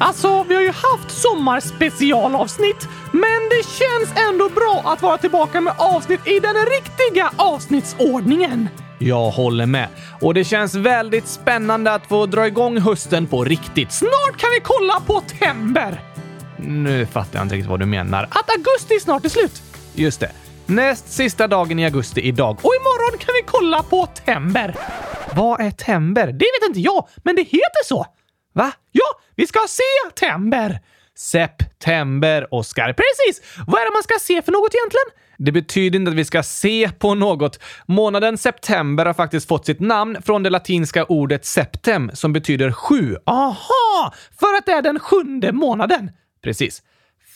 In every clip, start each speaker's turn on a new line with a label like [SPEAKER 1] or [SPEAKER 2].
[SPEAKER 1] Alltså, vi har ju haft sommarspecialavsnitt, men det känns ändå bra att vara tillbaka med avsnitt i den riktiga avsnittsordningen. Jag håller med. Och det känns väldigt spännande att få dra igång hösten på riktigt. Snart kan vi kolla på Tember! Nu fattar jag inte riktigt vad du menar. Att augusti snart är slut! Just det. Näst sista dagen i augusti idag och imorgon kan vi kolla på Tember. Vad är Tember? Det vet inte jag, men det heter så. Va? Ja, vi ska se Tember! September, Oskar. Precis! Vad är det man ska se för något egentligen? Det betyder inte att vi ska se på något. Månaden september har faktiskt fått sitt namn från det latinska ordet septem som betyder sju. Aha! För att det är den sjunde månaden. Precis.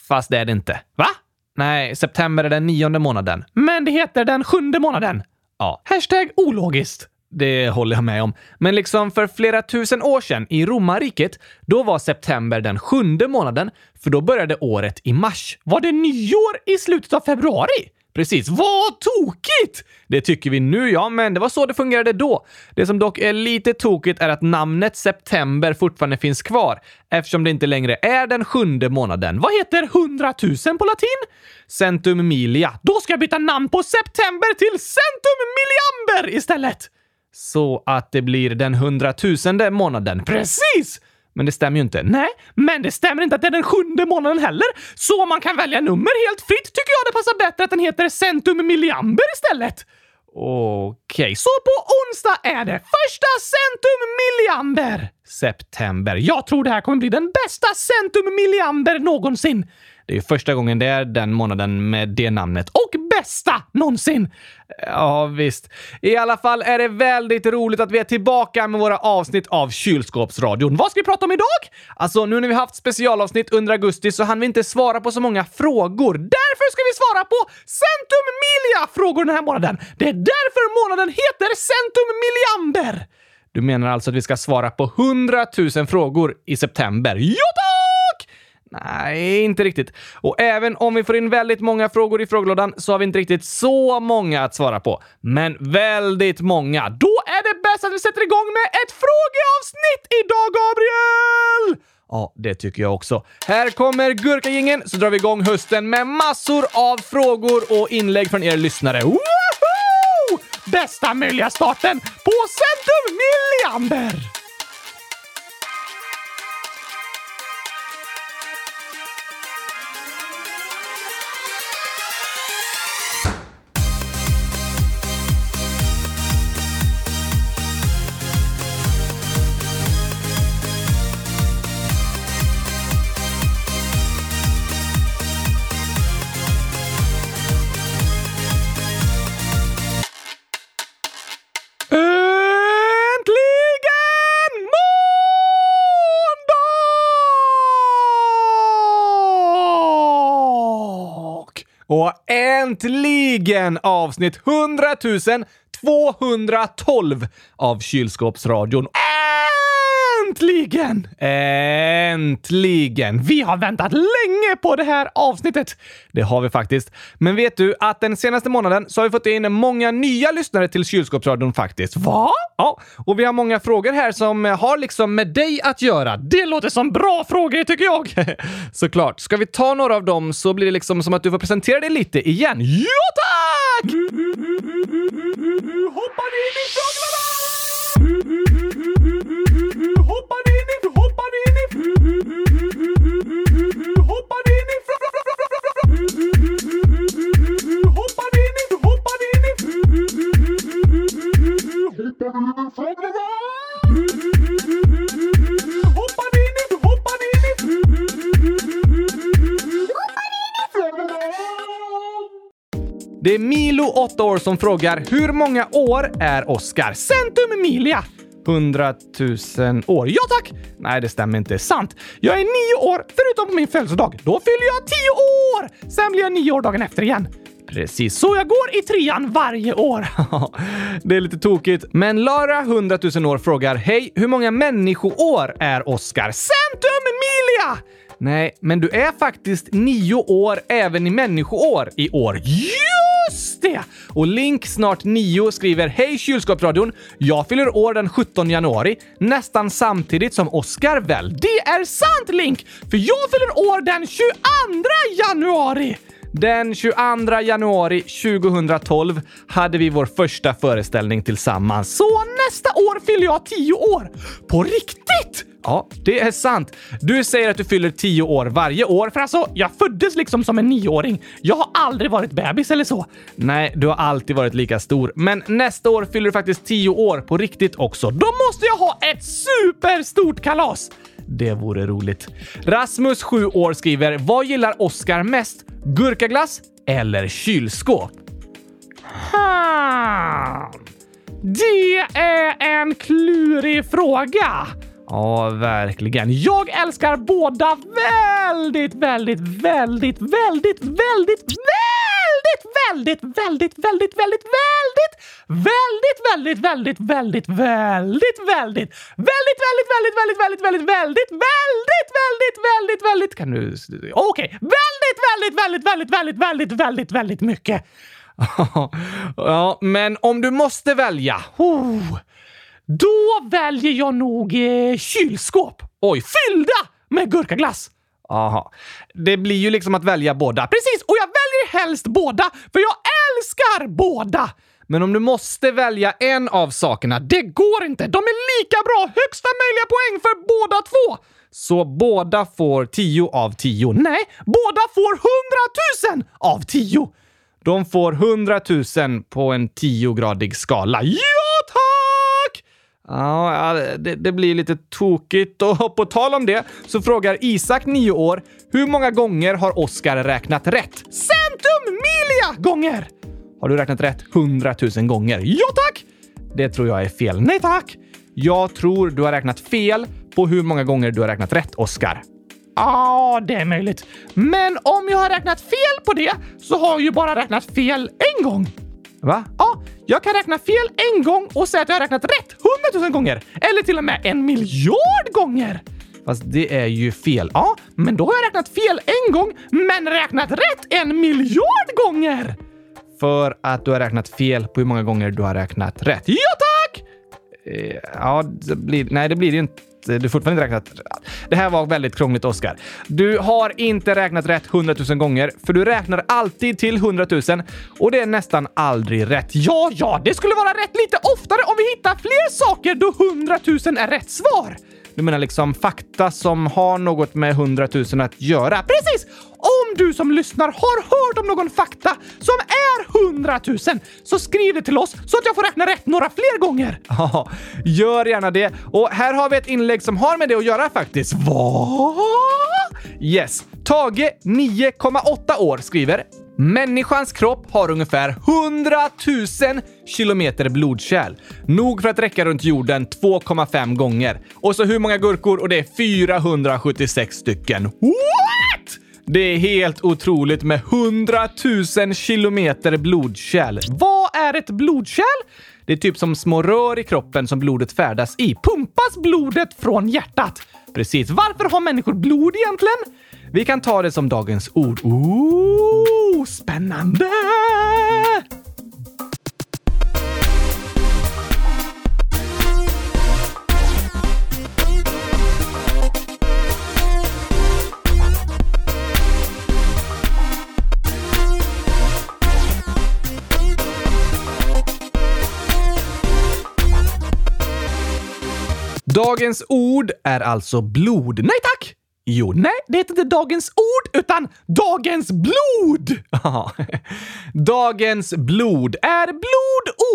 [SPEAKER 1] Fast det är det inte. Va? Nej, september är den nionde månaden. Men det heter den sjunde månaden. Ja. Hashtag ologiskt. Det håller jag med om. Men liksom för flera tusen år sedan i romarriket, då var september den sjunde månaden, för då började året i mars. Var det nyår i slutet av februari? Precis. Vad tokigt! Det tycker vi nu, ja, men det var så det fungerade då. Det som dock är lite tokigt är att namnet september fortfarande finns kvar eftersom det inte längre är den sjunde månaden. Vad heter hundratusen på latin? Centum milia. Då ska jag byta namn på september till centum milliamber istället! Så att det blir den hundratusende månaden. Precis! Men det stämmer ju inte. Nej, men det stämmer inte att det är den sjunde månaden heller. Så man kan välja nummer helt fritt tycker jag det passar bättre att den heter centum milliamber istället. Okej, så på onsdag är det första centum milliamber! September. Jag tror det här kommer bli den bästa centum milliamber någonsin. Det är ju första gången det är den månaden med det namnet. Och bästa någonsin! Ja, visst. I alla fall är det väldigt roligt att vi är tillbaka med våra avsnitt av Kylskåpsradion. Vad ska vi prata om idag? Alltså, nu när vi haft specialavsnitt under augusti så hann vi inte svara på så många frågor. Därför ska vi svara på Centum Milia-frågor den här månaden. Det är därför månaden heter Centum Miliamber! Du menar alltså att vi ska svara på 100 000 frågor i september? Ja, tack! Nej, inte riktigt. Och även om vi får in väldigt många frågor i frågelådan så har vi inte riktigt så många att svara på. Men väldigt många. Då är det bäst att vi sätter igång med ett frågeavsnitt idag, Gabriel! Ja, det tycker jag också. Här kommer Gurkagängen så drar vi igång hösten med massor av frågor och inlägg från er lyssnare. Woho! Bästa möjliga starten på Centrum Milliander! Äntligen måndag! Och äntligen avsnitt 100 212 av Kylskåpsradion. Äntligen! Äntligen! Vi har väntat länge på det här avsnittet. Det har vi faktiskt. Men vet du att den senaste månaden så har vi fått in många nya lyssnare till Kylskåpsradion faktiskt. Va? Ja, och vi har många frågor här som har liksom med dig att göra. Det låter som bra frågor tycker jag! Såklart. Ska vi ta några av dem så blir det liksom som att du får presentera dig lite igen. Ja, tack! Hoppar in i frågelådan! Hoppar in i... Hoppar in i... Hoppar in i... Hoppar in i... Hoppar in i... Hoppar in i... Hoppar in i... Det är Milo, 8 år, som frågar hur många år är Oscar? Centum milia! 100 000 år. Ja tack! Nej, det stämmer inte. Sant. Jag är nio år, förutom på min födelsedag. Då fyller jag tio år! Sen blir jag nio år dagen efter igen. Precis, så jag går i trean varje år. det är lite tokigt. Men Lara, 100 000 år, frågar Hej, hur många människoår är Oscar? Centum milia! Nej, men du är faktiskt nio år även i människoår i år. Just Just det! Och Link snart 9 skriver Hej kylskåpsradion! Jag fyller år den 17 januari, nästan samtidigt som Oscar väl? Det är sant Link! För jag fyller år den 22 januari! Den 22 januari 2012 hade vi vår första föreställning tillsammans. Så nästa år fyller jag 10 år! På riktigt? Ja, det är sant. Du säger att du fyller 10 år varje år, för alltså, jag föddes liksom som en nioåring. Jag har aldrig varit bebis eller så. Nej, du har alltid varit lika stor. Men nästa år fyller du faktiskt 10 år på riktigt också. Då måste jag ha ett superstort kalas! Det vore roligt. Rasmus, 7 år, skriver “Vad gillar Oscar mest? Gurkaglass eller kylskåp?” Hmm. Det är en klurig fråga. Ja, verkligen. Jag älskar båda väldigt, väldigt, väldigt, väldigt, väldigt, väldigt, väldigt, väldigt, väldigt, väldigt, väldigt, väldigt, väldigt, väldigt, väldigt, väldigt, väldigt, väldigt, väldigt, väldigt, väldigt, väldigt, väldigt, väldigt, väldigt, väldigt, väldigt, väldigt, kan du... Okej. Väldigt, väldigt, väldigt, väldigt, väldigt, väldigt, väldigt, väldigt mycket. Ja, men om du måste välja. Oh. Då väljer jag nog eh, kylskåp. Oj, fyllda med gurkaglass! Aha. Det blir ju liksom att välja båda. Precis! Och jag väljer helst båda, för jag älskar båda! Men om du måste välja en av sakerna, det går inte! De är lika bra! Högsta möjliga poäng för båda två! Så båda får 10 av 10. Nej, båda får 100 000 av 10! De får 100 000 på en 10-gradig skala. Ja, tack! Ja, det, det blir lite tokigt. Och på tal om det så frågar Isak, 9 år, hur många gånger har Oscar räknat rätt? Centum milia gånger! Har du räknat rätt 100 000 gånger? Ja, tack! Det tror jag är fel. Nej, tack! Jag tror du har räknat fel på hur många gånger du har räknat rätt, Oscar. Ja, det är möjligt. Men om jag har räknat fel på det så har jag ju bara räknat fel en gång. Va? Ja, jag kan räkna fel en gång och säga att jag har räknat rätt hundratusen gånger. Eller till och med en miljard gånger. Fast det är ju fel. Ja, men då har jag räknat fel en gång, men räknat rätt en miljard gånger! För att du har räknat fel på hur många gånger du har räknat rätt. Ja, tack! Eh, Ja, det blir, nej, det blir ju inte. Du har fortfarande inte räknat... Det här var väldigt krångligt, Oscar. Du har inte räknat rätt 100 000 gånger, för du räknar alltid till 100 000 och det är nästan aldrig rätt. Ja, ja, det skulle vara rätt lite oftare om vi hittar fler saker då 100 000 är rätt svar. Du menar liksom fakta som har något med 100 000 att göra? Precis! Om du som lyssnar har hört om någon fakta som är 100 000 så skriv det till oss så att jag får räkna rätt några fler gånger. Ja, gör gärna det. Och här har vi ett inlägg som har med det att göra faktiskt. Vad? Yes. Tage, 9,8 år, skriver Människans kropp har ungefär 100 000 kilometer blodkärl. Nog för att räcka runt jorden 2,5 gånger. Och så hur många gurkor? Och det är 476 stycken. What? Det är helt otroligt med 100 000 kilometer blodkärl. Vad är ett blodkärl? Det är typ som små rör i kroppen som blodet färdas i. Pumpas blodet från hjärtat? Precis. Varför har människor blod egentligen? Vi kan ta det som dagens ord. Ooh, spännande! Dagens ord är alltså blod. Nej tack! Jo, nej, det heter inte dagens ord utan dagens blod! Ja. dagens blod är blod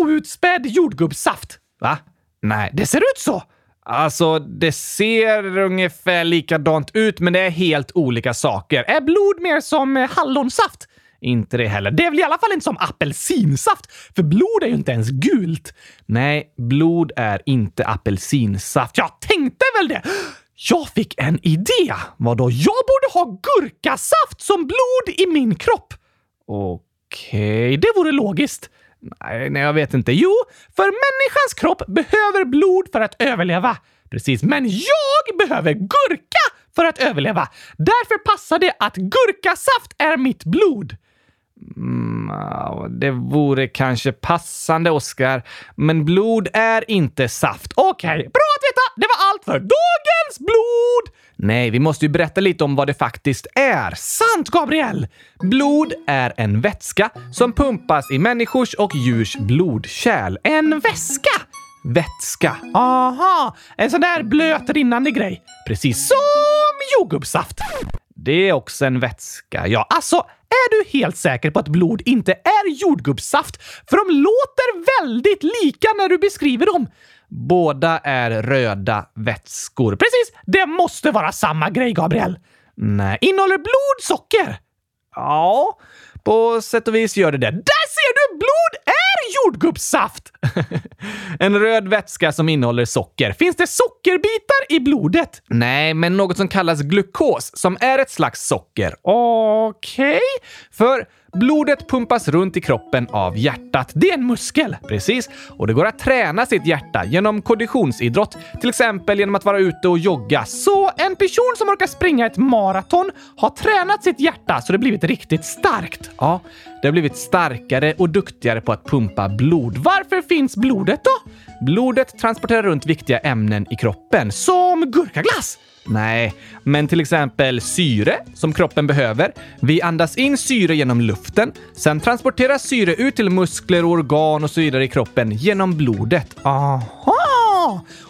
[SPEAKER 1] outspädd jordgubbssaft. Va? Nej, det ser ut så. Alltså, det ser ungefär likadant ut, men det är helt olika saker. Är blod mer som eh, hallonsaft? Inte det heller. Det är väl i alla fall inte som apelsinsaft, för blod är ju inte ens gult. Nej, blod är inte apelsinsaft. Jag tänkte väl det! Jag fick en idé! Vadå? Jag borde ha gurkasaft som blod i min kropp! Okej, det vore logiskt. Nej, nej, jag vet inte. Jo, för människans kropp behöver blod för att överleva. Precis, men jag behöver gurka för att överleva. Därför passar det att gurkasaft är mitt blod. Ja, Det vore kanske passande, Oskar. Men blod är inte saft. Okej, bra att veta! Det var allt för dagens blod! Nej, vi måste ju berätta lite om vad det faktiskt är. Sant, Gabriel! Blod är en vätska som pumpas i människors och djurs blodkärl. En väska! Vätska. Aha, en sån där blöt rinnande grej. Precis som jordgubbssaft. Det är också en vätska. Ja, alltså är du helt säker på att blod inte är jordgubbssaft? För de låter väldigt lika när du beskriver dem. Båda är röda vätskor. Precis! Det måste vara samma grej, Gabriel. Nej, innehåller blod socker? Ja, på sätt och vis gör det det. Där ser du! Blod är jordgubbssaft! en röd vätska som innehåller socker. Finns det sockerbitar i blodet? Nej, men något som kallas glukos, som är ett slags socker. Okej? För blodet pumpas runt i kroppen av hjärtat. Det är en muskel! Precis. Och det går att träna sitt hjärta genom konditionsidrott, till exempel genom att vara ute och jogga. Så en person som orkar springa ett maraton har tränat sitt hjärta så det blivit riktigt starkt. Ja, det har blivit starkare och duktigare på att pumpa blod. Varför finns blodet då? Blodet transporterar runt viktiga ämnen i kroppen, som gurkaglass. Nej, men till exempel syre som kroppen behöver. Vi andas in syre genom luften. Sen transporteras syre ut till muskler, och organ och så vidare i kroppen genom blodet. Aha!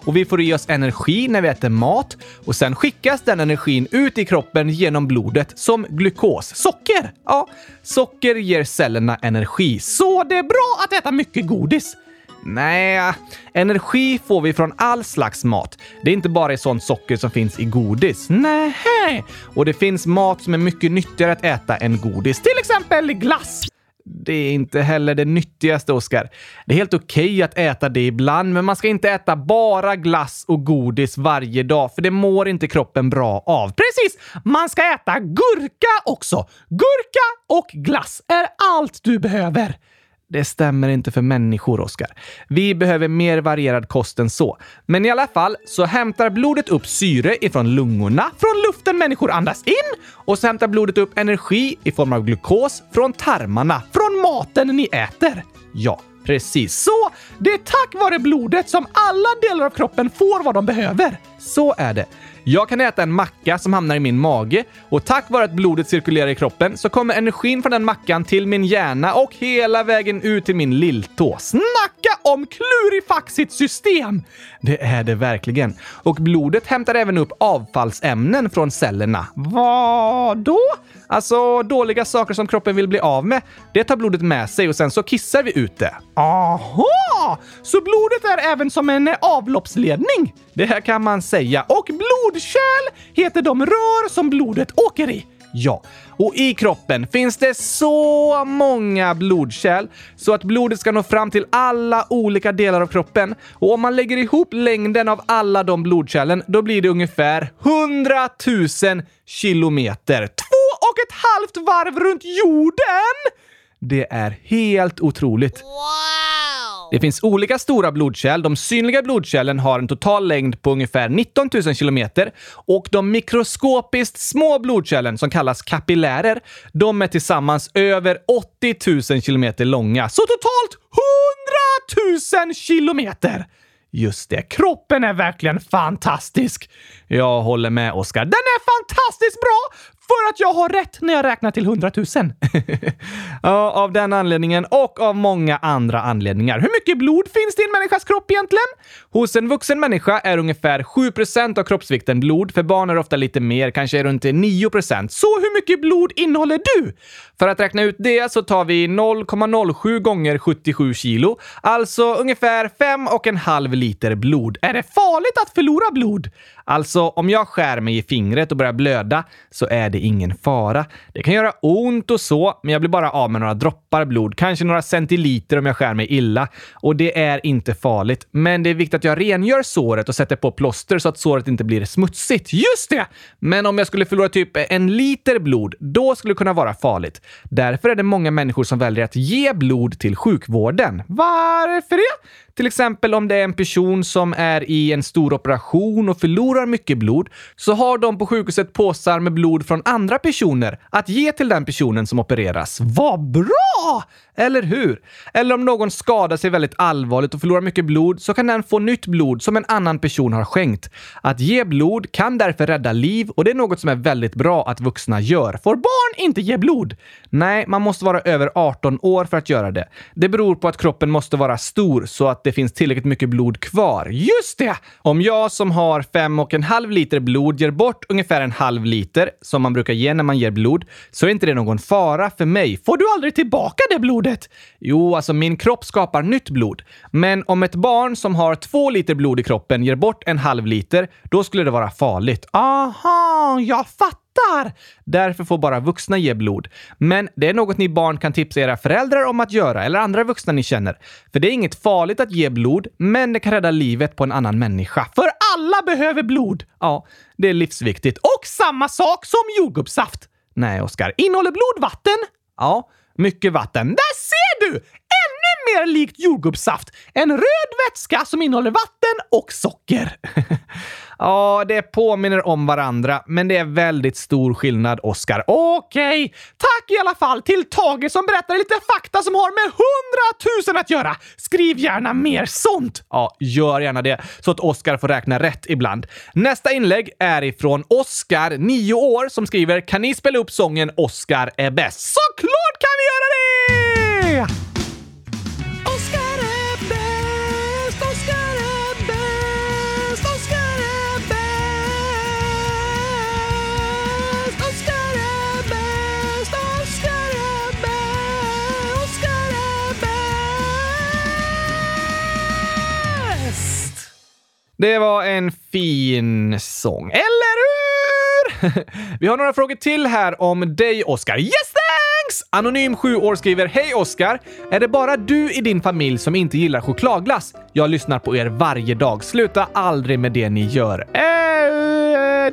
[SPEAKER 1] Och vi får i oss energi när vi äter mat och sen skickas den energin ut i kroppen genom blodet som glukos, socker. Ja, socker ger cellerna energi. Så det är bra att äta mycket godis. Nej, energi får vi från all slags mat. Det är inte bara i sånt socker som finns i godis. Nej, Och det finns mat som är mycket nyttigare att äta än godis. Till exempel glass. Det är inte heller det nyttigaste, Oskar. Det är helt okej att äta det ibland, men man ska inte äta bara glass och godis varje dag, för det mår inte kroppen bra av. Precis! Man ska äta gurka också. Gurka och glass är allt du behöver. Det stämmer inte för människor, Oskar. Vi behöver mer varierad kost än så. Men i alla fall så hämtar blodet upp syre ifrån lungorna, från luften människor andas in och så hämtar blodet upp energi i form av glukos från tarmarna, från maten ni äter. Ja, precis så. Det är tack vare blodet som alla delar av kroppen får vad de behöver. Så är det. Jag kan äta en macka som hamnar i min mage och tack vare att blodet cirkulerar i kroppen så kommer energin från den mackan till min hjärna och hela vägen ut till min lilltå. Snacka om klurifaxigt system! Det är det verkligen. Och blodet hämtar även upp avfallsämnen från cellerna. Vad då? Alltså dåliga saker som kroppen vill bli av med. Det tar blodet med sig och sen så kissar vi ut det. Aha! Så blodet är även som en eh, avloppsledning? Det här kan man säga. Och blodkärl heter de rör som blodet åker i. Ja, och i kroppen finns det så många blodkärl så att blodet ska nå fram till alla olika delar av kroppen. Och om man lägger ihop längden av alla de blodkärlen, då blir det ungefär 100 000 kilometer. Två och ett halvt varv runt jorden! Det är helt otroligt. Det finns olika stora blodkärl. De synliga blodkärlen har en total längd på ungefär 19 000 kilometer och de mikroskopiskt små blodkärlen som kallas kapillärer, de är tillsammans över 80 000 kilometer långa. Så totalt 100 000 kilometer! Just det, kroppen är verkligen fantastisk. Jag håller med Oskar. Den är fantastiskt bra för att jag har rätt när jag räknar till 100 000. ja, av den anledningen och av många andra anledningar. Hur mycket blod finns det i en människas kropp egentligen? Hos en vuxen människa är ungefär 7 av kroppsvikten blod. För barn är det ofta lite mer, kanske runt 9 Så hur mycket blod innehåller du? För att räkna ut det så tar vi 0,07 gånger 77 kilo, alltså ungefär 5,5 liter blod. Är det farligt att förlora blod? Alltså, om jag skär mig i fingret och börjar blöda så är det ingen fara. Det kan göra ont och så, men jag blir bara av med några droppar blod, kanske några centiliter om jag skär mig illa. Och det är inte farligt. Men det är viktigt att jag rengör såret och sätter på plåster så att såret inte blir smutsigt. Just det! Men om jag skulle förlora typ en liter blod, då skulle det kunna vara farligt. Därför är det många människor som väljer att ge blod till sjukvården. Varför det? Till exempel om det är en person som är i en stor operation och förlorar mycket blod så har de på sjukhuset påsar med blod från andra personer att ge till den personen som opereras. Vad bra! Eller hur? Eller om någon skadar sig väldigt allvarligt och förlorar mycket blod så kan den få nytt blod som en annan person har skänkt. Att ge blod kan därför rädda liv och det är något som är väldigt bra att vuxna gör. Får barn inte ge blod? Nej, man måste vara över 18 år för att göra det. Det beror på att kroppen måste vara stor så att det finns tillräckligt mycket blod kvar. Just det! Om jag som har fem och en halv liter blod ger bort ungefär en halv liter, som man brukar ge när man ger blod, så är inte det någon fara för mig. Får du aldrig tillbaka det blodet? Jo, alltså min kropp skapar nytt blod. Men om ett barn som har två liter blod i kroppen ger bort en halv liter, då skulle det vara farligt. Aha, jag fattar! fattar! Därför får bara vuxna ge blod. Men det är något ni barn kan tipsa era föräldrar om att göra eller andra vuxna ni känner. För det är inget farligt att ge blod, men det kan rädda livet på en annan människa. För alla behöver blod! Ja, det är livsviktigt. Och samma sak som jordgubbssaft! Nej, Oskar. Innehåller blod vatten? Ja, mycket vatten. Där ser du! ännu mer likt jordgubbssaft. En röd vätska som innehåller vatten och socker. ja, det påminner om varandra, men det är väldigt stor skillnad, Oskar. Okej, tack i alla fall till Tage som berättar lite fakta som har med hundratusen att göra. Skriv gärna mer sånt. Ja, gör gärna det så att Oskar får räkna rätt ibland. Nästa inlägg är ifrån Oskar, 9 år, som skriver “Kan ni spela upp sången Oskar är bäst?” Såklart kan vi göra det! Oscar är bäst, Oscar är bäst, Oscar är bäst, Oscar är bäst, Oscar är bäst, Oscar är bäst. Det var en fin sång, eller hur? Vi har några frågor till här om dig, Oscar. Yes, thanks! Anonym 7 år skriver “Hej Oscar! Är det bara du i din familj som inte gillar chokladglass? Jag lyssnar på er varje dag. Sluta aldrig med det ni gör.” eh,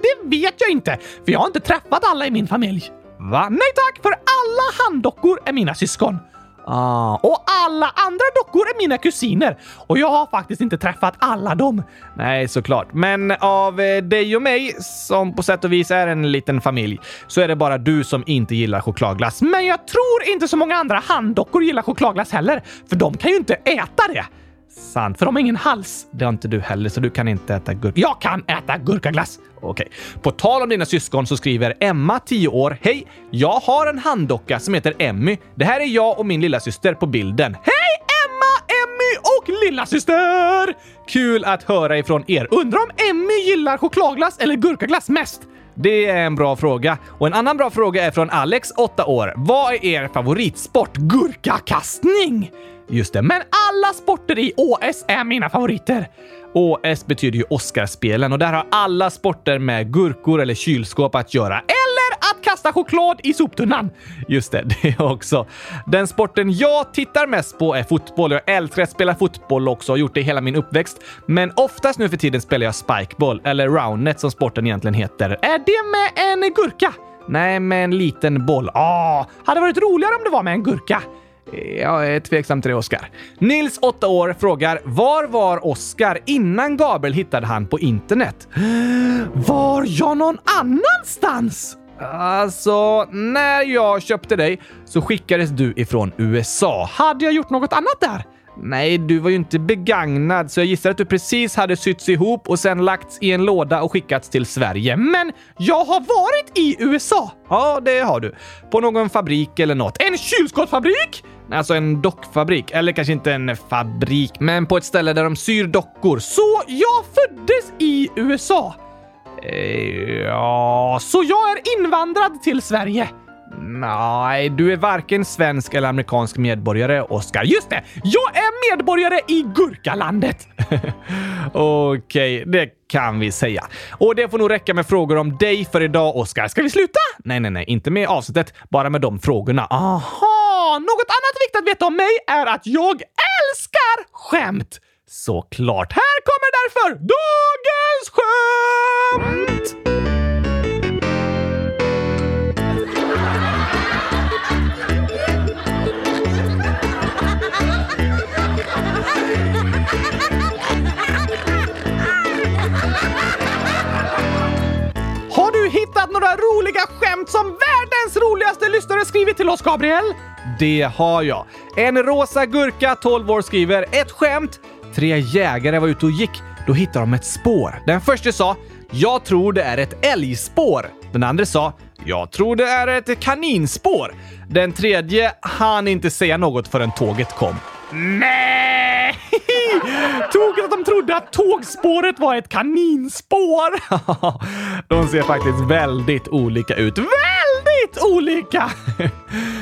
[SPEAKER 1] Det vet jag inte, för jag har inte träffat alla i min familj. Va? Nej tack, för alla handdockor är mina syskon. Ah, och alla andra dockor är mina kusiner och jag har faktiskt inte träffat alla dem. Nej, såklart. Men av eh, dig och mig, som på sätt och vis är en liten familj, så är det bara du som inte gillar chokladglass. Men jag tror inte så många andra handdockor gillar chokladglass heller, för de kan ju inte äta det. Sant, för de har ingen hals. Det har inte du heller, så du kan inte äta gurka. Jag kan äta gurkaglass! Okej. På tal om dina syskon så skriver Emma, 10 år. Hej! Jag har en handdocka som heter Emmy. Det här är jag och min lilla syster på bilden. Hej Emma, Emmy och lilla syster! Kul att höra ifrån er. Undrar om Emmy gillar chokladglass eller gurkaglass mest? Det är en bra fråga. Och en annan bra fråga är från Alex, 8 år. Vad är er favoritsport? Gurkakastning! Just det, men alla sporter i OS är mina favoriter. OS betyder ju Oscarspelen och där har alla sporter med gurkor eller kylskåp att göra. Eller att kasta choklad i soptunnan. Just det, det är också. Den sporten jag tittar mest på är fotboll. Jag älskar att spela fotboll också och har gjort det hela min uppväxt. Men oftast nu för tiden spelar jag spikeball, eller roundnet som sporten egentligen heter. Är det med en gurka? Nej, med en liten boll. Ah, hade varit roligare om det var med en gurka. Jag är tveksam till det, Oskar. Nils, 8 år, frågar Var var Oskar innan Gabriel hittade han på internet? Var jag någon annanstans? Alltså, när jag köpte dig så skickades du ifrån USA. Hade jag gjort något annat där? Nej, du var ju inte begagnad, så jag gissar att du precis hade sytts ihop och sen lagts i en låda och skickats till Sverige. Men jag har varit i USA! Ja, det har du. På någon fabrik eller något. En kylskåpsfabrik! Alltså en dockfabrik, eller kanske inte en fabrik, men på ett ställe där de syr dockor. Så jag föddes i USA! Eh, Ja, så jag är invandrad till Sverige? Nej, du är varken svensk eller amerikansk medborgare, Oscar. Just det! Jag är medborgare i Gurkalandet! Okej, det kan vi säga. Och det får nog räcka med frågor om dig för idag, Oscar. Ska vi sluta? Nej, nej, nej, inte med avsnittet, bara med de frågorna. Aha! Något annat viktigt att veta om mig är att jag älskar skämt! Såklart. Här kommer därför dagens skämt! Har du hittat hittat några roliga skämt som världens roligaste lyssnare skrivit till oss, Gabriel? Det har jag. En rosa gurka, 12 år, skriver ett skämt. Tre jägare var ute och gick. Då hittade de ett spår. Den första sa “Jag tror det är ett älgspår”. Den andra sa “Jag tror det är ett kaninspår”. Den tredje hann inte säga något förrän tåget kom. Nej! Tog att de trodde att tågspåret var ett kaninspår. de ser faktiskt väldigt olika ut. Väldigt olika!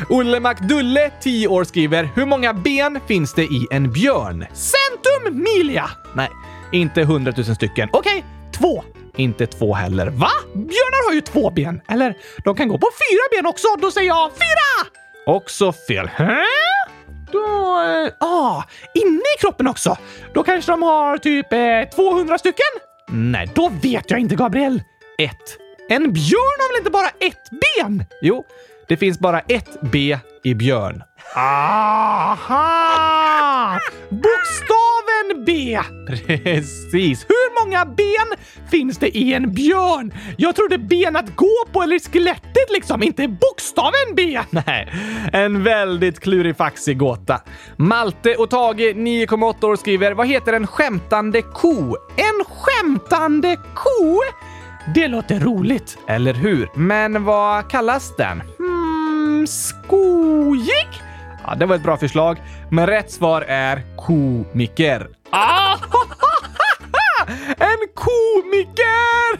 [SPEAKER 1] Olle McDulle, 10 år, skriver “Hur många ben finns det i en björn?” Centum milia! Nej, inte 100 000 stycken. Okej, två. Inte två heller. Va? Björnar har ju två ben. Eller, de kan gå på fyra ben också. Då säger jag fyra! Också fel. Hä? Då... eh, Ah, inne i kroppen också! Då kanske de har typ eh, 200 stycken? Nej, då vet jag inte, Gabriel. Ett. En björn har väl inte bara ett ben? Jo, det finns bara ett B i björn. Aha! Bokstaven B! Precis. Hur många ben finns det i en björn? Jag trodde ben att gå på eller skelettet liksom, inte bokstaven B! Nej, en väldigt klurifaxig gåta. Malte och Tage, 9,8 år, skriver “Vad heter en skämtande ko?” En skämtande ko? Det låter roligt, eller hur? Men vad kallas den? Mm, skojig? Ja, det var ett bra förslag, men rätt svar är komiker. Ah! En komiker!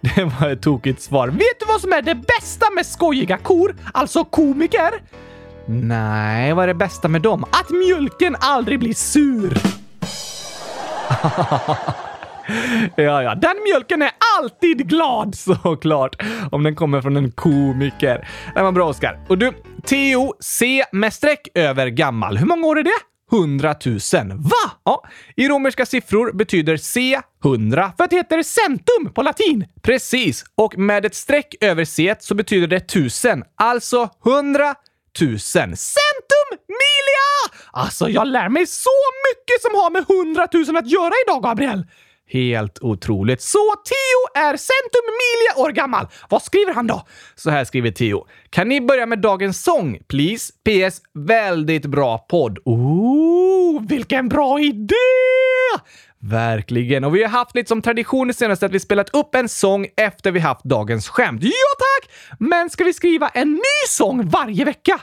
[SPEAKER 1] Det var ett tokigt svar. Vet du vad som är det bästa med skojiga kor? Alltså komiker? Nej, vad är det bästa med dem? Att mjölken aldrig blir sur. Ja, ja. Den mjölken är alltid glad! Såklart. Om den kommer från en komiker. Den var bra, Oskar. Och du, Theo C med streck över gammal. Hur många år är det? 100 000. Va? Ja. I romerska siffror betyder C 100 för att det heter centum på latin. Precis. Och med ett streck över C så betyder det tusen. Alltså 100 000. Centum milia! Alltså, jag lär mig så mycket som har med 100 000 att göra idag, Gabriel! Helt otroligt. Så Theo är centum milia år gammal. Vad skriver han då? Så här skriver Theo. Kan ni börja med dagens sång, please? PS. Väldigt bra podd. Oh, vilken bra idé! Verkligen. Och vi har haft lite som tradition det senaste att vi spelat upp en sång efter vi haft dagens skämt. Ja tack! Men ska vi skriva en ny sång varje vecka?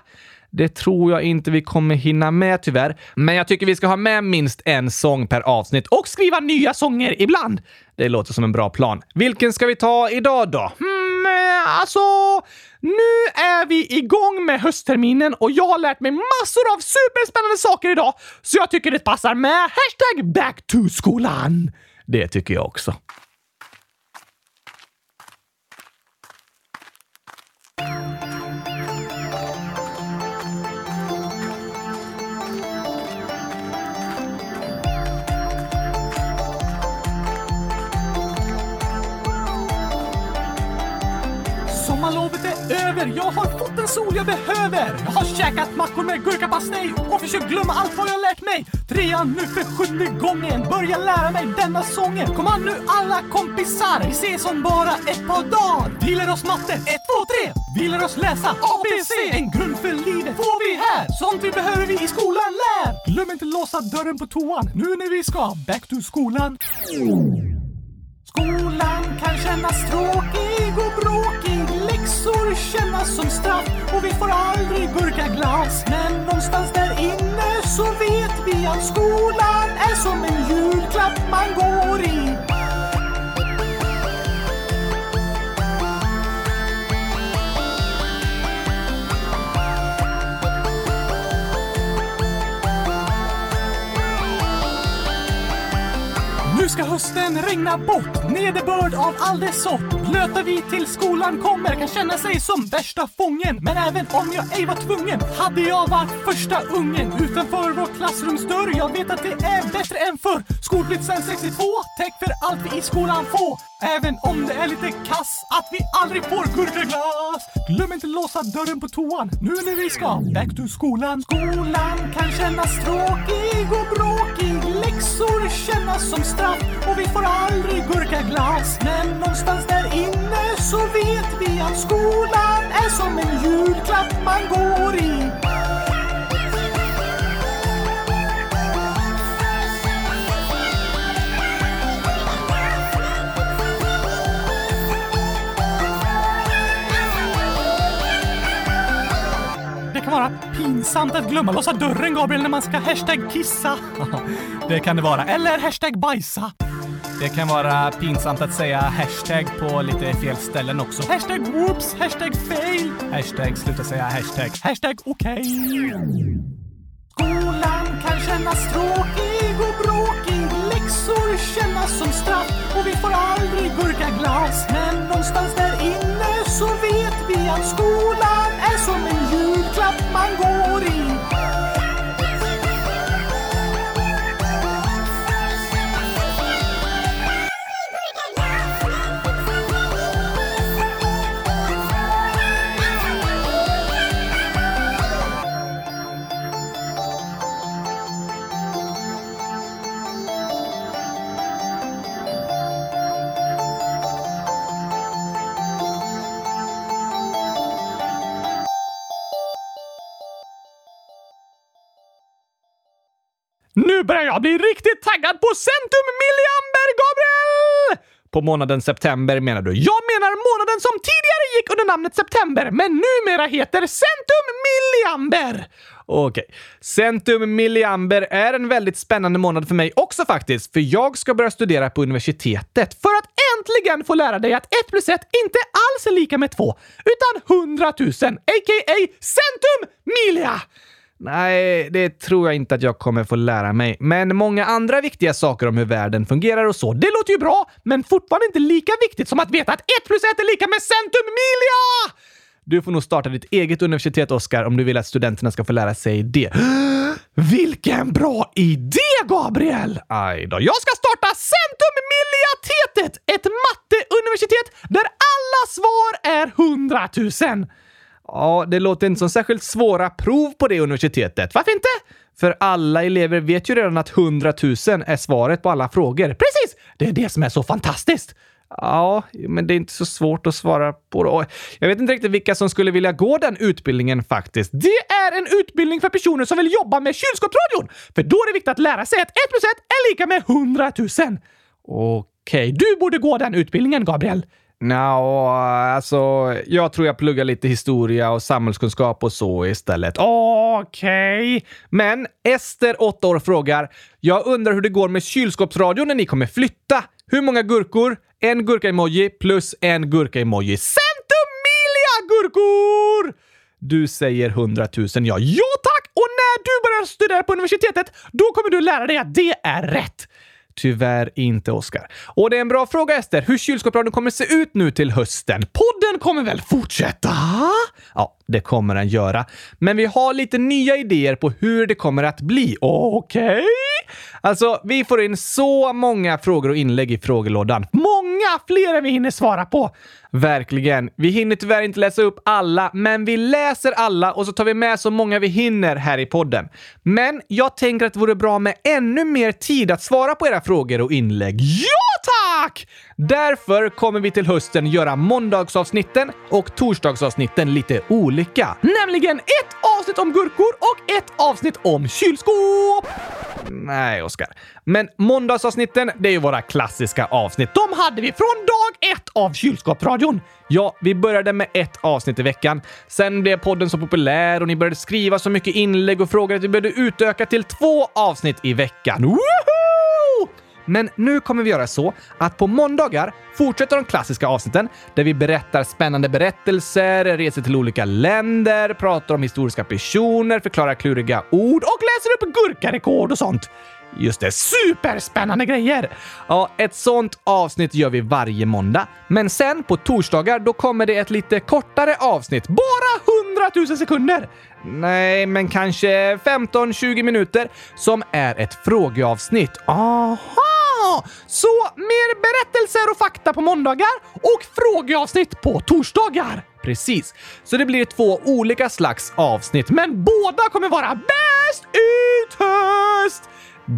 [SPEAKER 1] Det tror jag inte vi kommer hinna med tyvärr. Men jag tycker vi ska ha med minst en sång per avsnitt och skriva nya sånger ibland. Det låter som en bra plan. Vilken ska vi ta idag då? Hmm, eh, alltså... Nu är vi igång med höstterminen och jag har lärt mig massor av superspännande saker idag. Så jag tycker det passar med hashtag back to skolan. Det tycker jag också. Sommarlovet är över, jag har fått den sol jag behöver. Jag har käkat mackor med gurkapastej och försökt glömma allt vad jag lärt mig. Trean nu för sjunde gången, börja lära mig denna sången. Kom an nu alla kompisar, vi ses om bara ett par dagar. Vi lär oss matte, ett, två, tre. Vi lär oss läsa ABC. En grund för livet får vi här. Sånt vi behöver vi i skolan lär. Glöm inte låsa dörren på toan nu när vi ska back to skolan. Skolan kan kännas tråkig och bråkig Läxor kännas som straff och vi får aldrig gurkaglass Men någonstans där inne så vet vi att skolan är som en julklapp man går i Nu ska hösten regna bort, nederbörd av all dess sort. Blöta vi till skolan kommer, kan känna sig som värsta fången. Men även om jag ej var tvungen, hade jag varit första ungen utanför vår klassrumsdörr. Jag vet att det är bättre än förr. Skolplikt sen 62, täck för allt vi i skolan får. Även om det är lite kass att vi aldrig får gurkaglass. Glöm inte låsa dörren på toan nu när vi ska back to skolan. Skolan kan kännas tråkig och bråkig. Läxor kännas som straff och vi får aldrig gurkaglass. Men någonstans där i att skolan är som en julklapp man går i.
[SPEAKER 2] Det kan vara pinsamt att glömma låsa dörren, Gabriel, när man ska hashtag kissa. det kan det vara. Eller hashtag bajsa. Det kan vara pinsamt att säga hashtag på lite fel ställen också. Hashtag whoops, hashtag fail. Hashtag sluta säga hashtag. Hashtag okej.
[SPEAKER 1] Skolan kan kännas tråkig och bråkig. Läxor kännas som straff och vi får aldrig gurka glass. Men någonstans där inne så vet vi att skolan är som en julklapp man går i.
[SPEAKER 2] Nu börjar jag bli riktigt taggad på Centum Milliamber, Gabriel! På månaden september menar du? Jag menar månaden som tidigare gick under namnet september, men numera heter Centum Milliamber! Okej. Centum Milliamber är en väldigt spännande månad för mig också faktiskt, för jag ska börja studera på universitetet för att äntligen få lära dig att 1 plus 1 inte alls är lika med 2, utan 100 000, a.k.a. Centum Millia! Nej, det tror jag inte att jag kommer få lära mig. Men många andra viktiga saker om hur världen fungerar och så. Det låter ju bra, men fortfarande inte lika viktigt som att veta att 1 plus 1 är lika med centum milia! Du får nog starta ditt eget universitet, Oskar, om du vill att studenterna ska få lära sig det. Vilken bra idé, Gabriel! Aj då. Jag ska starta Centum Milliatetet! Ett matteuniversitet där alla svar är 100 000! Ja, det låter inte som särskilt svåra prov på det universitetet. Varför inte? För alla elever vet ju redan att 100 000 är svaret på alla frågor. Precis! Det är det som är så fantastiskt! Ja, men det är inte så svårt att svara på. det. Jag vet inte riktigt vilka som skulle vilja gå den utbildningen faktiskt. Det är en utbildning för personer som vill jobba med kylskåpsradion! För då är det viktigt att lära sig att 1 plus 1 är lika med 100 000. Okej, du borde gå den utbildningen, Gabriel. Nja, alltså jag tror jag pluggar lite historia och samhällskunskap och så istället. Okej. Men Ester, 8 år, frågar “Jag undrar hur det går med kylskåpsradion när ni kommer flytta? Hur många gurkor? En gurka-emoji plus en gurka-emoji. Centumilia gurkor!” Du säger 100 000 ja. Ja tack! Och när du börjar studera på universitetet, då kommer du lära dig att det är rätt. Tyvärr inte, Oskar. Och det är en bra fråga, Ester, hur kylskåpsradion kommer se ut nu till hösten. Podden kommer väl fortsätta? Ja, det kommer den göra. Men vi har lite nya idéer på hur det kommer att bli. Okej? Alltså, vi får in så många frågor och inlägg i frågelådan. Många fler än vi hinner svara på. Verkligen. Vi hinner tyvärr inte läsa upp alla, men vi läser alla och så tar vi med så många vi hinner här i podden. Men jag tänker att det vore bra med ännu mer tid att svara på era frågor och inlägg. Ja, tack! Därför kommer vi till hösten göra måndagsavsnitten och torsdagsavsnitten lite olika. Nämligen ett avsnitt om gurkor och ett avsnitt om kylskåp! Nej, Oskar. Men måndagsavsnitten, det är ju våra klassiska avsnitt. De hade vi från dag ett av kylskåpsradion. Ja, vi började med ett avsnitt i veckan. Sen blev podden så populär och ni började skriva så mycket inlägg och frågor att vi började utöka till två avsnitt i veckan. Woohoo! Men nu kommer vi göra så att på måndagar fortsätter de klassiska avsnitten där vi berättar spännande berättelser, reser till olika länder, pratar om historiska personer, förklarar kluriga ord och läser upp gurkarekord och sånt. Just det, superspännande grejer! Ja, ett sånt avsnitt gör vi varje måndag. Men sen på torsdagar då kommer det ett lite kortare avsnitt, bara 100 000 sekunder! Nej, men kanske 15-20 minuter som är ett frågeavsnitt. Aha! Så mer berättelser och fakta på måndagar och frågeavsnitt på torsdagar. Precis. Så det blir två olika slags avsnitt, men båda kommer vara bäst ut höst!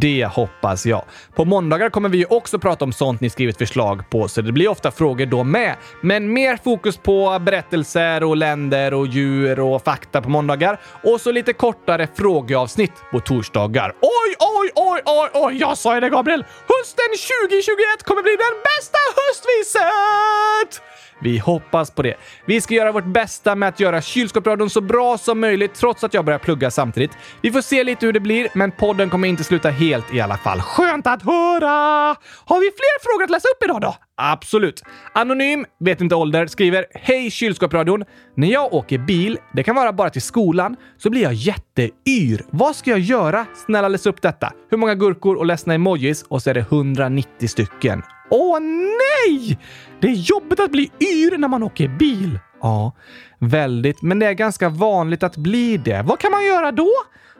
[SPEAKER 2] Det hoppas jag. På måndagar kommer vi ju också prata om sånt ni skrivit förslag på, så det blir ofta frågor då med. Men mer fokus på berättelser och länder och djur och fakta på måndagar. Och så lite kortare frågeavsnitt på torsdagar. Oj, oj, oj, oj, oj! Jag sa ju det, Gabriel! Hösten 2021 kommer bli den bästa höst vi sett! Vi hoppas på det. Vi ska göra vårt bästa med att göra kylskåpsradion så bra som möjligt trots att jag börjar plugga samtidigt. Vi får se lite hur det blir, men podden kommer inte sluta helt i alla fall. Skönt att höra! Har vi fler frågor att läsa upp idag då? Absolut. Anonym, vet inte ålder, skriver “Hej kylskåpsradion! När jag åker bil, det kan vara bara till skolan, så blir jag jätteyr. Vad ska jag göra? Snälla läs upp detta. Hur många gurkor och ledsna emojis? Och så är det 190 stycken. Åh nej! Det är jobbigt att bli yr när man åker bil. Ja, väldigt. Men det är ganska vanligt att bli det. Vad kan man göra då?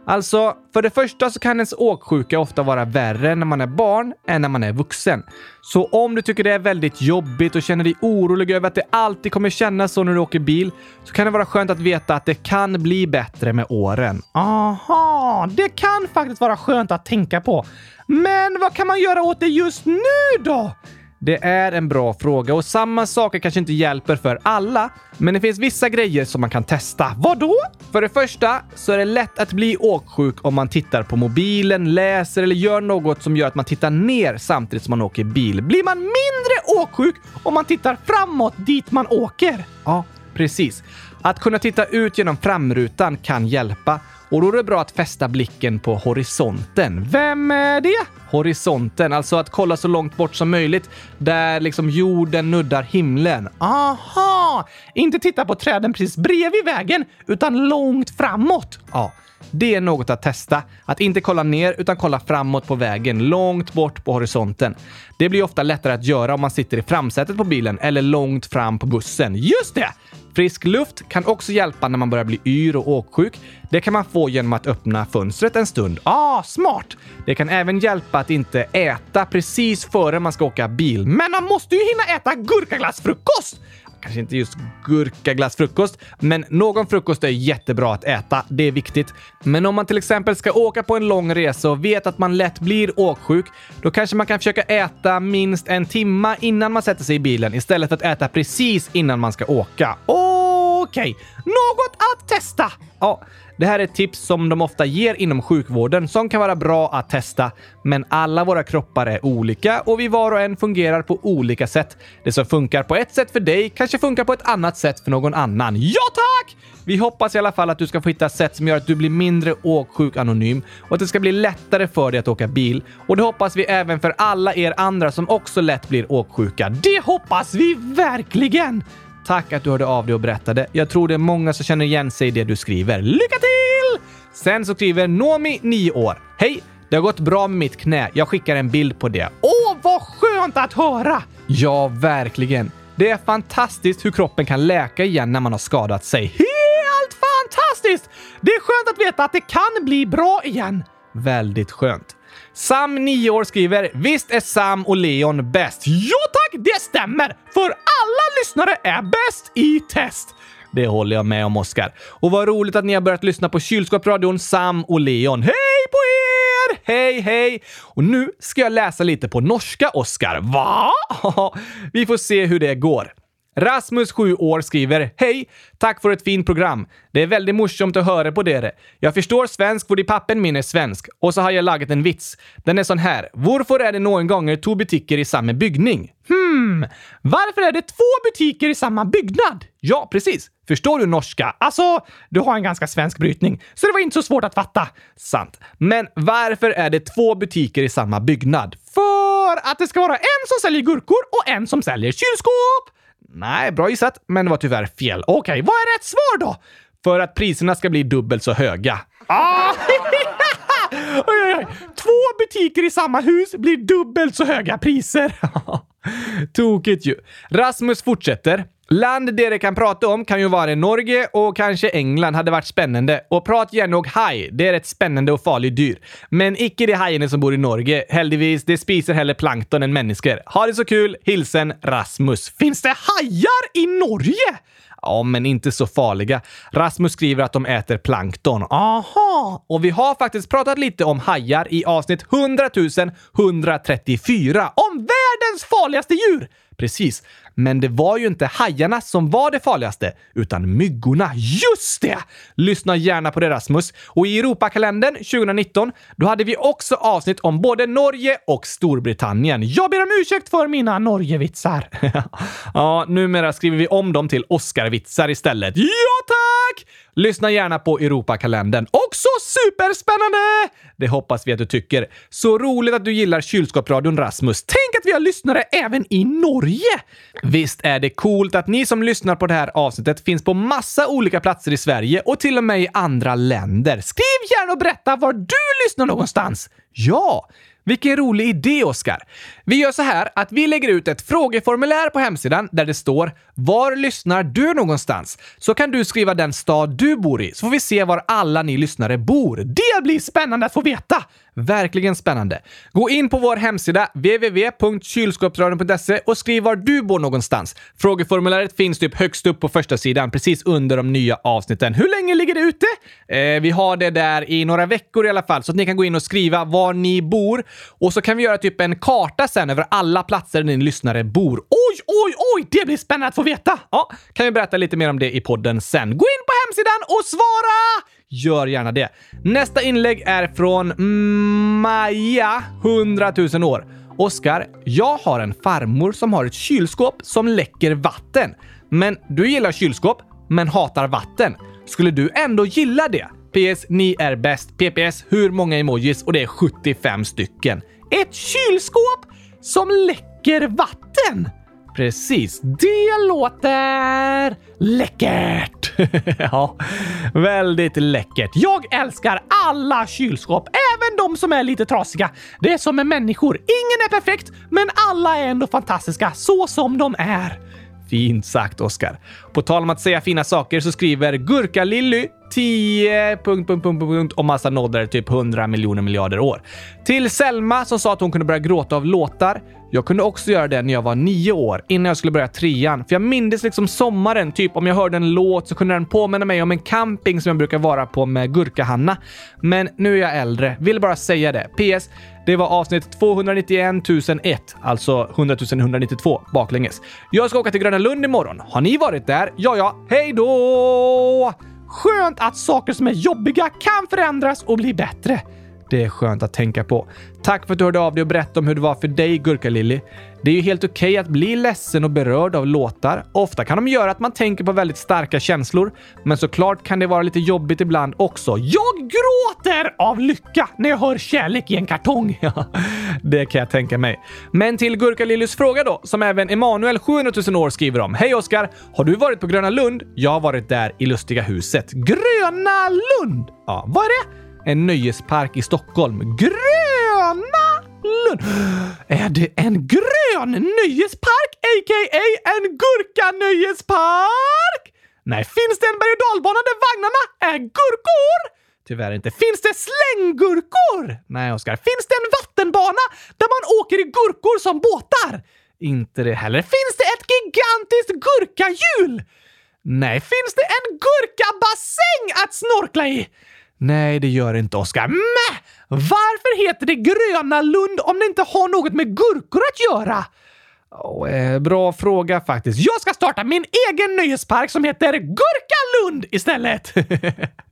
[SPEAKER 2] Alltså, för det första så kan ens åksjuka ofta vara värre när man är barn än när man är vuxen. Så om du tycker det är väldigt jobbigt och känner dig orolig över att det alltid kommer kännas så när du åker bil, så kan det vara skönt att veta att det kan bli bättre med åren. Aha, det kan faktiskt vara skönt att tänka på. Men vad kan man göra åt det just nu då? Det är en bra fråga och samma saker kanske inte hjälper för alla, men det finns vissa grejer som man kan testa. Vad då? För det första så är det lätt att bli åksjuk om man tittar på mobilen, läser eller gör något som gör att man tittar ner samtidigt som man åker bil. Blir man mindre åksjuk om man tittar framåt dit man åker? Ja, precis. Att kunna titta ut genom framrutan kan hjälpa och då är det bra att fästa blicken på horisonten. Vem är det? Horisonten, alltså att kolla så långt bort som möjligt där liksom jorden nuddar himlen. Aha! Inte titta på träden precis bredvid vägen utan långt framåt. Ja, det är något att testa. Att inte kolla ner utan kolla framåt på vägen, långt bort på horisonten. Det blir ofta lättare att göra om man sitter i framsätet på bilen eller långt fram på bussen. Just det! Frisk luft kan också hjälpa när man börjar bli yr och åksjuk. Det kan man få genom att öppna fönstret en stund. Ah, smart! Det kan även hjälpa att inte äta precis före man ska åka bil. Men man måste ju hinna äta gurkaglassfrukost! Kanske inte just gurkaglassfrukost, men någon frukost är jättebra att äta. Det är viktigt. Men om man till exempel ska åka på en lång resa och vet att man lätt blir åksjuk, då kanske man kan försöka äta minst en timma innan man sätter sig i bilen istället för att äta precis innan man ska åka. Okej, något att testa! Ja, det här är ett tips som de ofta ger inom sjukvården som kan vara bra att testa. Men alla våra kroppar är olika och vi var och en fungerar på olika sätt. Det som funkar på ett sätt för dig kanske funkar på ett annat sätt för någon annan. Ja tack! Vi hoppas i alla fall att du ska få hitta sätt som gör att du blir mindre åksjuk anonym och att det ska bli lättare för dig att åka bil. Och det hoppas vi även för alla er andra som också lätt blir åksjuka. Det hoppas vi verkligen! Tack att du hörde av dig och berättade. Jag tror det är många som känner igen sig i det du skriver. Lycka till! Sen så skriver Nomi, 9 år. Hej! Det har gått bra med mitt knä. Jag skickar en bild på det. Åh, vad skönt att höra! Ja, verkligen. Det är fantastiskt hur kroppen kan läka igen när man har skadat sig. Helt fantastiskt! Det är skönt att veta att det kan bli bra igen. Väldigt skönt. Sam, 9 år, skriver “Visst är Sam och Leon bäst?” Jo tack, det stämmer! För alla lyssnare är bäst i test! Det håller jag med om, Oskar. Och vad roligt att ni har börjat lyssna på Kylskåpsradion Sam och Leon. Hej på er! Hej, hej! Och nu ska jag läsa lite på norska, Oskar. Va? Vi får se hur det går. Rasmus, 7 år, skriver “Hej! Tack för ett fint program. Det är väldigt morsomt att höra på det. Jag förstår svensk för pappen min är svensk. Och så har jag lagt en vits. Den är sån här. Varför är det någon gånger två butiker i samma byggning? Hmm, varför är det två butiker i samma byggnad? Ja, precis. Förstår du norska? Alltså, du har en ganska svensk brytning, så det var inte så svårt att fatta. Sant. Men varför är det två butiker i samma byggnad? För att det ska vara en som säljer gurkor och en som säljer kylskåp! Nej, bra gissat, men det var tyvärr fel. Okej, vad är rätt svar då? För att priserna ska bli dubbelt så höga. Ah! oj, oj, oj. Två butiker i samma hus blir dubbelt så höga priser. Tokigt ju. Rasmus fortsätter. Land det de kan prata om kan ju vara Norge och kanske England hade varit spännande. Och prat gärna och haj, det är rätt spännande och farligt dyr. Men icke de hajarna som bor i Norge. Heldigvis, de spiser hellre plankton än människor. Ha det så kul! Hilsen Rasmus. Finns det hajar i Norge? Ja, men inte så farliga. Rasmus skriver att de äter plankton. Aha! Och vi har faktiskt pratat lite om hajar i avsnitt 100 134 om världens farligaste djur! Precis. Men det var ju inte hajarna som var det farligaste, utan myggorna. Just det! Lyssna gärna på det Rasmus. Och i Europakalendern 2019, då hade vi också avsnitt om både Norge och Storbritannien. Jag ber om ursäkt för mina Norgevitsar. ja, numera skriver vi om dem till Oscarvitsar istället. Ja, tack! Lyssna gärna på Europakalendern. Också superspännande! Det hoppas vi att du tycker. Så roligt att du gillar kylskåpsradion Rasmus. Tänk att vi har lyssnare även i Norge! Visst är det coolt att ni som lyssnar på det här avsnittet finns på massa olika platser i Sverige och till och med i andra länder. Skriv gärna och berätta var du lyssnar någonstans. Ja! Vilken rolig idé, Oskar! Vi gör så här att vi lägger ut ett frågeformulär på hemsidan där det står “Var lyssnar du någonstans?” så kan du skriva den stad du bor i så får vi se var alla ni lyssnare bor. Det blir spännande att få veta! Verkligen spännande. Gå in på vår hemsida www.kylskåpsradion.se och skriv var du bor någonstans. Frågeformuläret finns typ högst upp på första sidan precis under de nya avsnitten. Hur länge ligger det ute? Eh, vi har det där i några veckor i alla fall så att ni kan gå in och skriva var ni bor och så kan vi göra typ en karta sen över alla platser där ni lyssnare bor. Oj, oj, oj! Det blir spännande att få veta! Ja, kan vi berätta lite mer om det i podden sen. Gå in på hemsidan och svara! Gör gärna det. Nästa inlägg är från mm, Maja, 100 000 år. Oskar, jag har en farmor som har ett kylskåp som läcker vatten. Men du gillar kylskåp, men hatar vatten. Skulle du ändå gilla det? PS. Ni är bäst. PPS. Hur många emojis? Och det är 75 stycken. Ett kylskåp som läcker vatten! Precis. Det låter läckert! ja, väldigt läckert. Jag älskar alla kylskåp, även de som är lite trasiga. Det är som med människor. Ingen är perfekt, men alla är ändå fantastiska så som de är. Fint sagt, Oskar. På tal om att säga fina saker så skriver Gurka-Lilly 10... Punkt, punkt, punkt, punkt, och massa noddar typ 100 miljoner miljarder år. Till Selma som sa att hon kunde börja gråta av låtar. Jag kunde också göra det när jag var nio år, innan jag skulle börja trean. För jag mindes liksom sommaren, typ om jag hörde en låt så kunde den påminna mig om en camping som jag brukar vara på med Gurka-Hanna. Men nu är jag äldre, vill bara säga det. PS. Det var avsnitt 291 001, alltså 100 192 baklänges. Jag ska åka till Gröna Lund imorgon. Har ni varit där? Ja, ja. Hej då! Skönt att saker som är jobbiga kan förändras och bli bättre. Det är skönt att tänka på. Tack för att du hörde av dig och berättade om hur det var för dig, Gurka-Lilly. Det är ju helt okej okay att bli ledsen och berörd av låtar. Ofta kan de göra att man tänker på väldigt starka känslor, men såklart kan det vara lite jobbigt ibland också. Jag gråter av lycka när jag hör kärlek i en kartong. Ja, det kan jag tänka mig. Men till Gurka-Lillys fråga då, som även Emanuel 700 000 år skriver om. Hej Oskar! Har du varit på Gröna Lund? Jag har varit där i Lustiga huset. Gröna Lund! Ja, vad är det? en nöjespark i Stockholm. Gröna Lund! Är det en grön nöjespark, a.k.a. en gurkanöjespark? Nej, finns det en berg och dalbana där vagnarna är gurkor? Tyvärr inte. Finns det slänggurkor? Nej, Oskar. Finns det en vattenbana där man åker i gurkor som båtar? Inte det heller. Finns det ett gigantiskt gurkahjul? Nej, finns det en gurkabassäng att snorkla i? Nej, det gör det inte Oskar. Mäh! Varför heter det Gröna Lund om det inte har något med gurkor att göra? Oh, eh, bra fråga faktiskt. Jag ska starta min egen nöjespark som heter Gurkalund istället!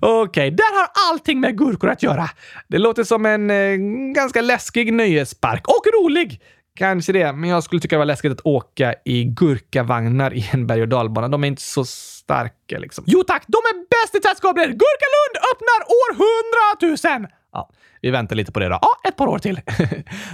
[SPEAKER 2] Okej, okay, där har allting med gurkor att göra. Det låter som en eh, ganska läskig nöjespark och rolig. Kanske det, men jag skulle tycka det var läskigt att åka i gurkavagnar i en berg och dalbana. De är inte så starka liksom. Jo tack, de är bäst i test, Gabriel! Gurkalund öppnar år 100 000! Ja, vi väntar lite på det då. Ja, ett par år till.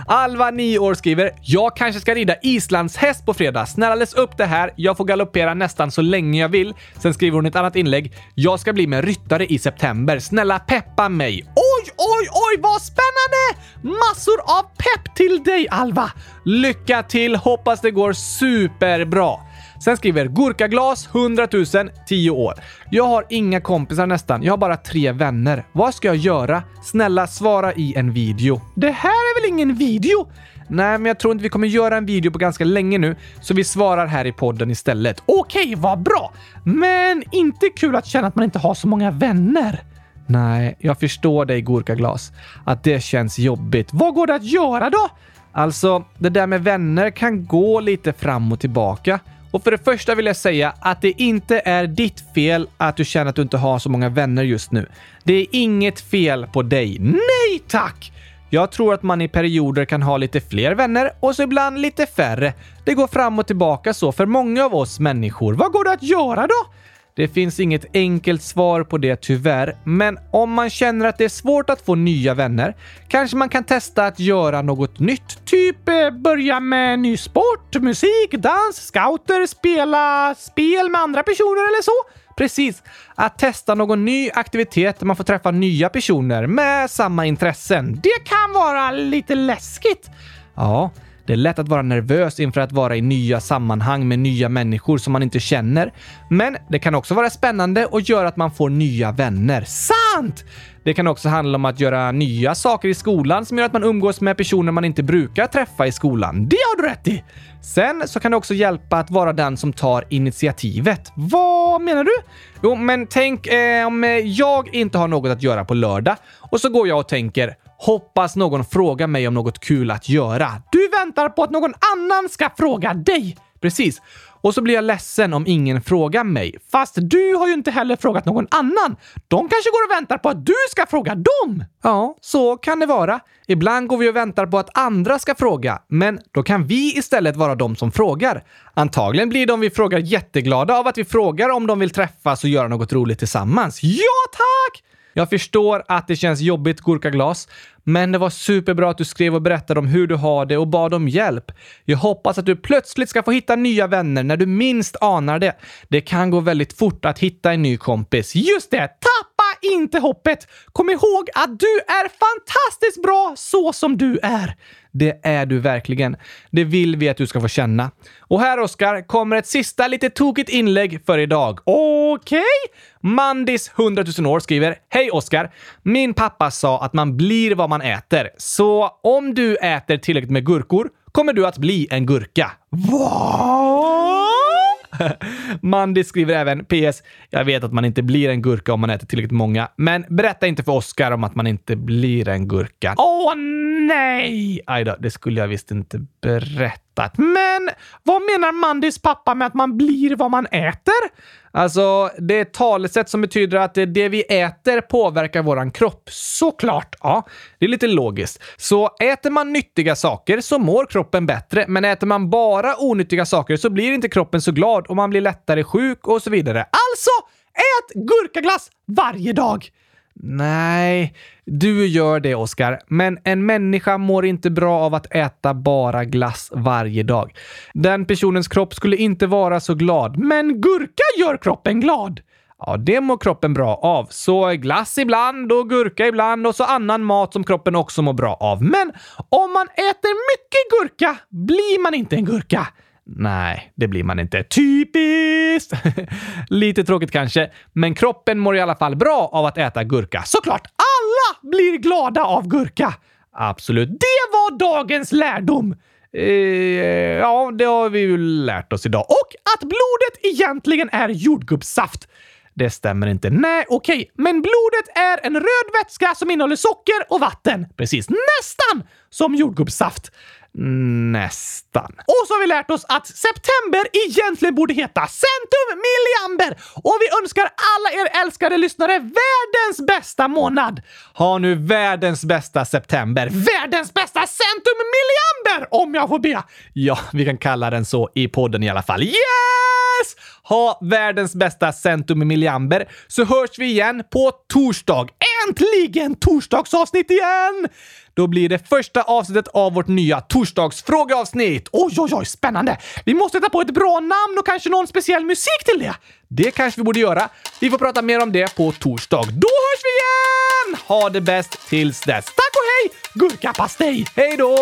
[SPEAKER 2] Alva, 9 år, skriver “Jag kanske ska rida islandshäst på fredag. Snälla läs upp det här. Jag får galoppera nästan så länge jag vill.” Sen skriver hon ett annat inlägg “Jag ska bli med ryttare i september. Snälla peppa mig.” Oj, oj, oj, vad spännande! Massor av pepp till dig, Alva! Lycka till! Hoppas det går superbra! Sen skriver Gurkaglas 100 000, 10 år. Jag har inga kompisar nästan. Jag har bara tre vänner. Vad ska jag göra? Snälla svara i en video. Det här är väl ingen video? Nej, men jag tror inte vi kommer göra en video på ganska länge nu, så vi svarar här i podden istället. Okej, vad bra! Men inte kul att känna att man inte har så många vänner. Nej, jag förstår dig Gurkaglas. Att det känns jobbigt. Vad går det att göra då? Alltså, det där med vänner kan gå lite fram och tillbaka. Och för det första vill jag säga att det inte är ditt fel att du känner att du inte har så många vänner just nu. Det är inget fel på dig. Nej tack! Jag tror att man i perioder kan ha lite fler vänner och så ibland lite färre. Det går fram och tillbaka så för många av oss människor. Vad går det att göra då? Det finns inget enkelt svar på det tyvärr, men om man känner att det är svårt att få nya vänner kanske man kan testa att göra något nytt. Typ eh, börja med ny sport, musik, dans, scouter, spela spel med andra personer eller så. Precis. Att testa någon ny aktivitet där man får träffa nya personer med samma intressen. Det kan vara lite läskigt. Ja, det är lätt att vara nervös inför att vara i nya sammanhang med nya människor som man inte känner. Men det kan också vara spännande och göra att man får nya vänner. Sant! Det kan också handla om att göra nya saker i skolan som gör att man umgås med personer man inte brukar träffa i skolan. Det har du rätt i! Sen så kan det också hjälpa att vara den som tar initiativet. Vad menar du? Jo, men tänk eh, om jag inte har något att göra på lördag och så går jag och tänker Hoppas någon frågar mig om något kul att göra. Du väntar på att någon annan ska fråga dig! Precis. Och så blir jag ledsen om ingen frågar mig. Fast du har ju inte heller frågat någon annan. De kanske går och väntar på att du ska fråga dem! Ja, så kan det vara. Ibland går vi och väntar på att andra ska fråga, men då kan vi istället vara de som frågar. Antagligen blir de vi frågar jätteglada av att vi frågar om de vill träffas och göra något roligt tillsammans. Ja, tack! Jag förstår att det känns jobbigt, Gurkaglas, men det var superbra att du skrev och berättade om hur du har det och bad om hjälp. Jag hoppas att du plötsligt ska få hitta nya vänner när du minst anar det. Det kan gå väldigt fort att hitta en ny kompis. Just det! Tappa inte hoppet! Kom ihåg att du är fantastiskt bra så som du är. Det är du verkligen. Det vill vi att du ska få känna. Och här, Oskar, kommer ett sista lite tokigt inlägg för idag. Okej? Mandis, 100 000 år, skriver “Hej Oskar! Min pappa sa att man blir vad man äter, så om du äter tillräckligt med gurkor kommer du att bli en gurka.” Vad? Mandy skriver även PS. Jag vet att man inte blir en gurka om man äter tillräckligt många, men berätta inte för Oscar om att man inte blir en gurka. Åh nej! Aj då, det skulle jag visst inte berättat. Men vad menar Mandys pappa med att man blir vad man äter? Alltså, det är ett talesätt som betyder att det vi äter påverkar våran kropp. Såklart! Ja, det är lite logiskt. Så äter man nyttiga saker så mår kroppen bättre, men äter man bara onyttiga saker så blir inte kroppen så glad och man blir lättare sjuk och så vidare. Alltså, ät gurkaglass varje dag! Nej, du gör det Oskar, men en människa mår inte bra av att äta bara glass varje dag. Den personens kropp skulle inte vara så glad, men gurka gör kroppen glad! Ja, det mår kroppen bra av. Så glass ibland och gurka ibland och så annan mat som kroppen också mår bra av. Men om man äter mycket gurka blir man inte en gurka. Nej, det blir man inte. Typiskt! Lite tråkigt kanske, men kroppen mår i alla fall bra av att äta gurka. Såklart, alla blir glada av gurka! Absolut. Det var dagens lärdom! Eh, ja, det har vi ju lärt oss idag. Och att blodet egentligen är jordgubbssaft. Det stämmer inte. Nej, okej, men blodet är en röd vätska som innehåller socker och vatten. Precis, nästan som jordgubbssaft. Nästan. Och så har vi lärt oss att september egentligen borde heta centum milliamber och vi önskar alla er älskade lyssnare världens bästa månad. Ha nu världens bästa september, världens bästa centum milliamber om jag får be. Ja, vi kan kalla den så i podden i alla fall. Yes! Ha världens bästa centum milliamber så hörs vi igen på torsdag. Äntligen torsdagsavsnitt igen! Då blir det första avsnittet av vårt nya torsdagsfrågeavsnitt. Oj, oj, oj, spännande! Vi måste hitta på ett bra namn och kanske någon speciell musik till det. Det kanske vi borde göra. Vi får prata mer om det på torsdag. Då hörs vi igen! Ha det bäst tills dess. Tack och hej, gurkapastej! Hej då!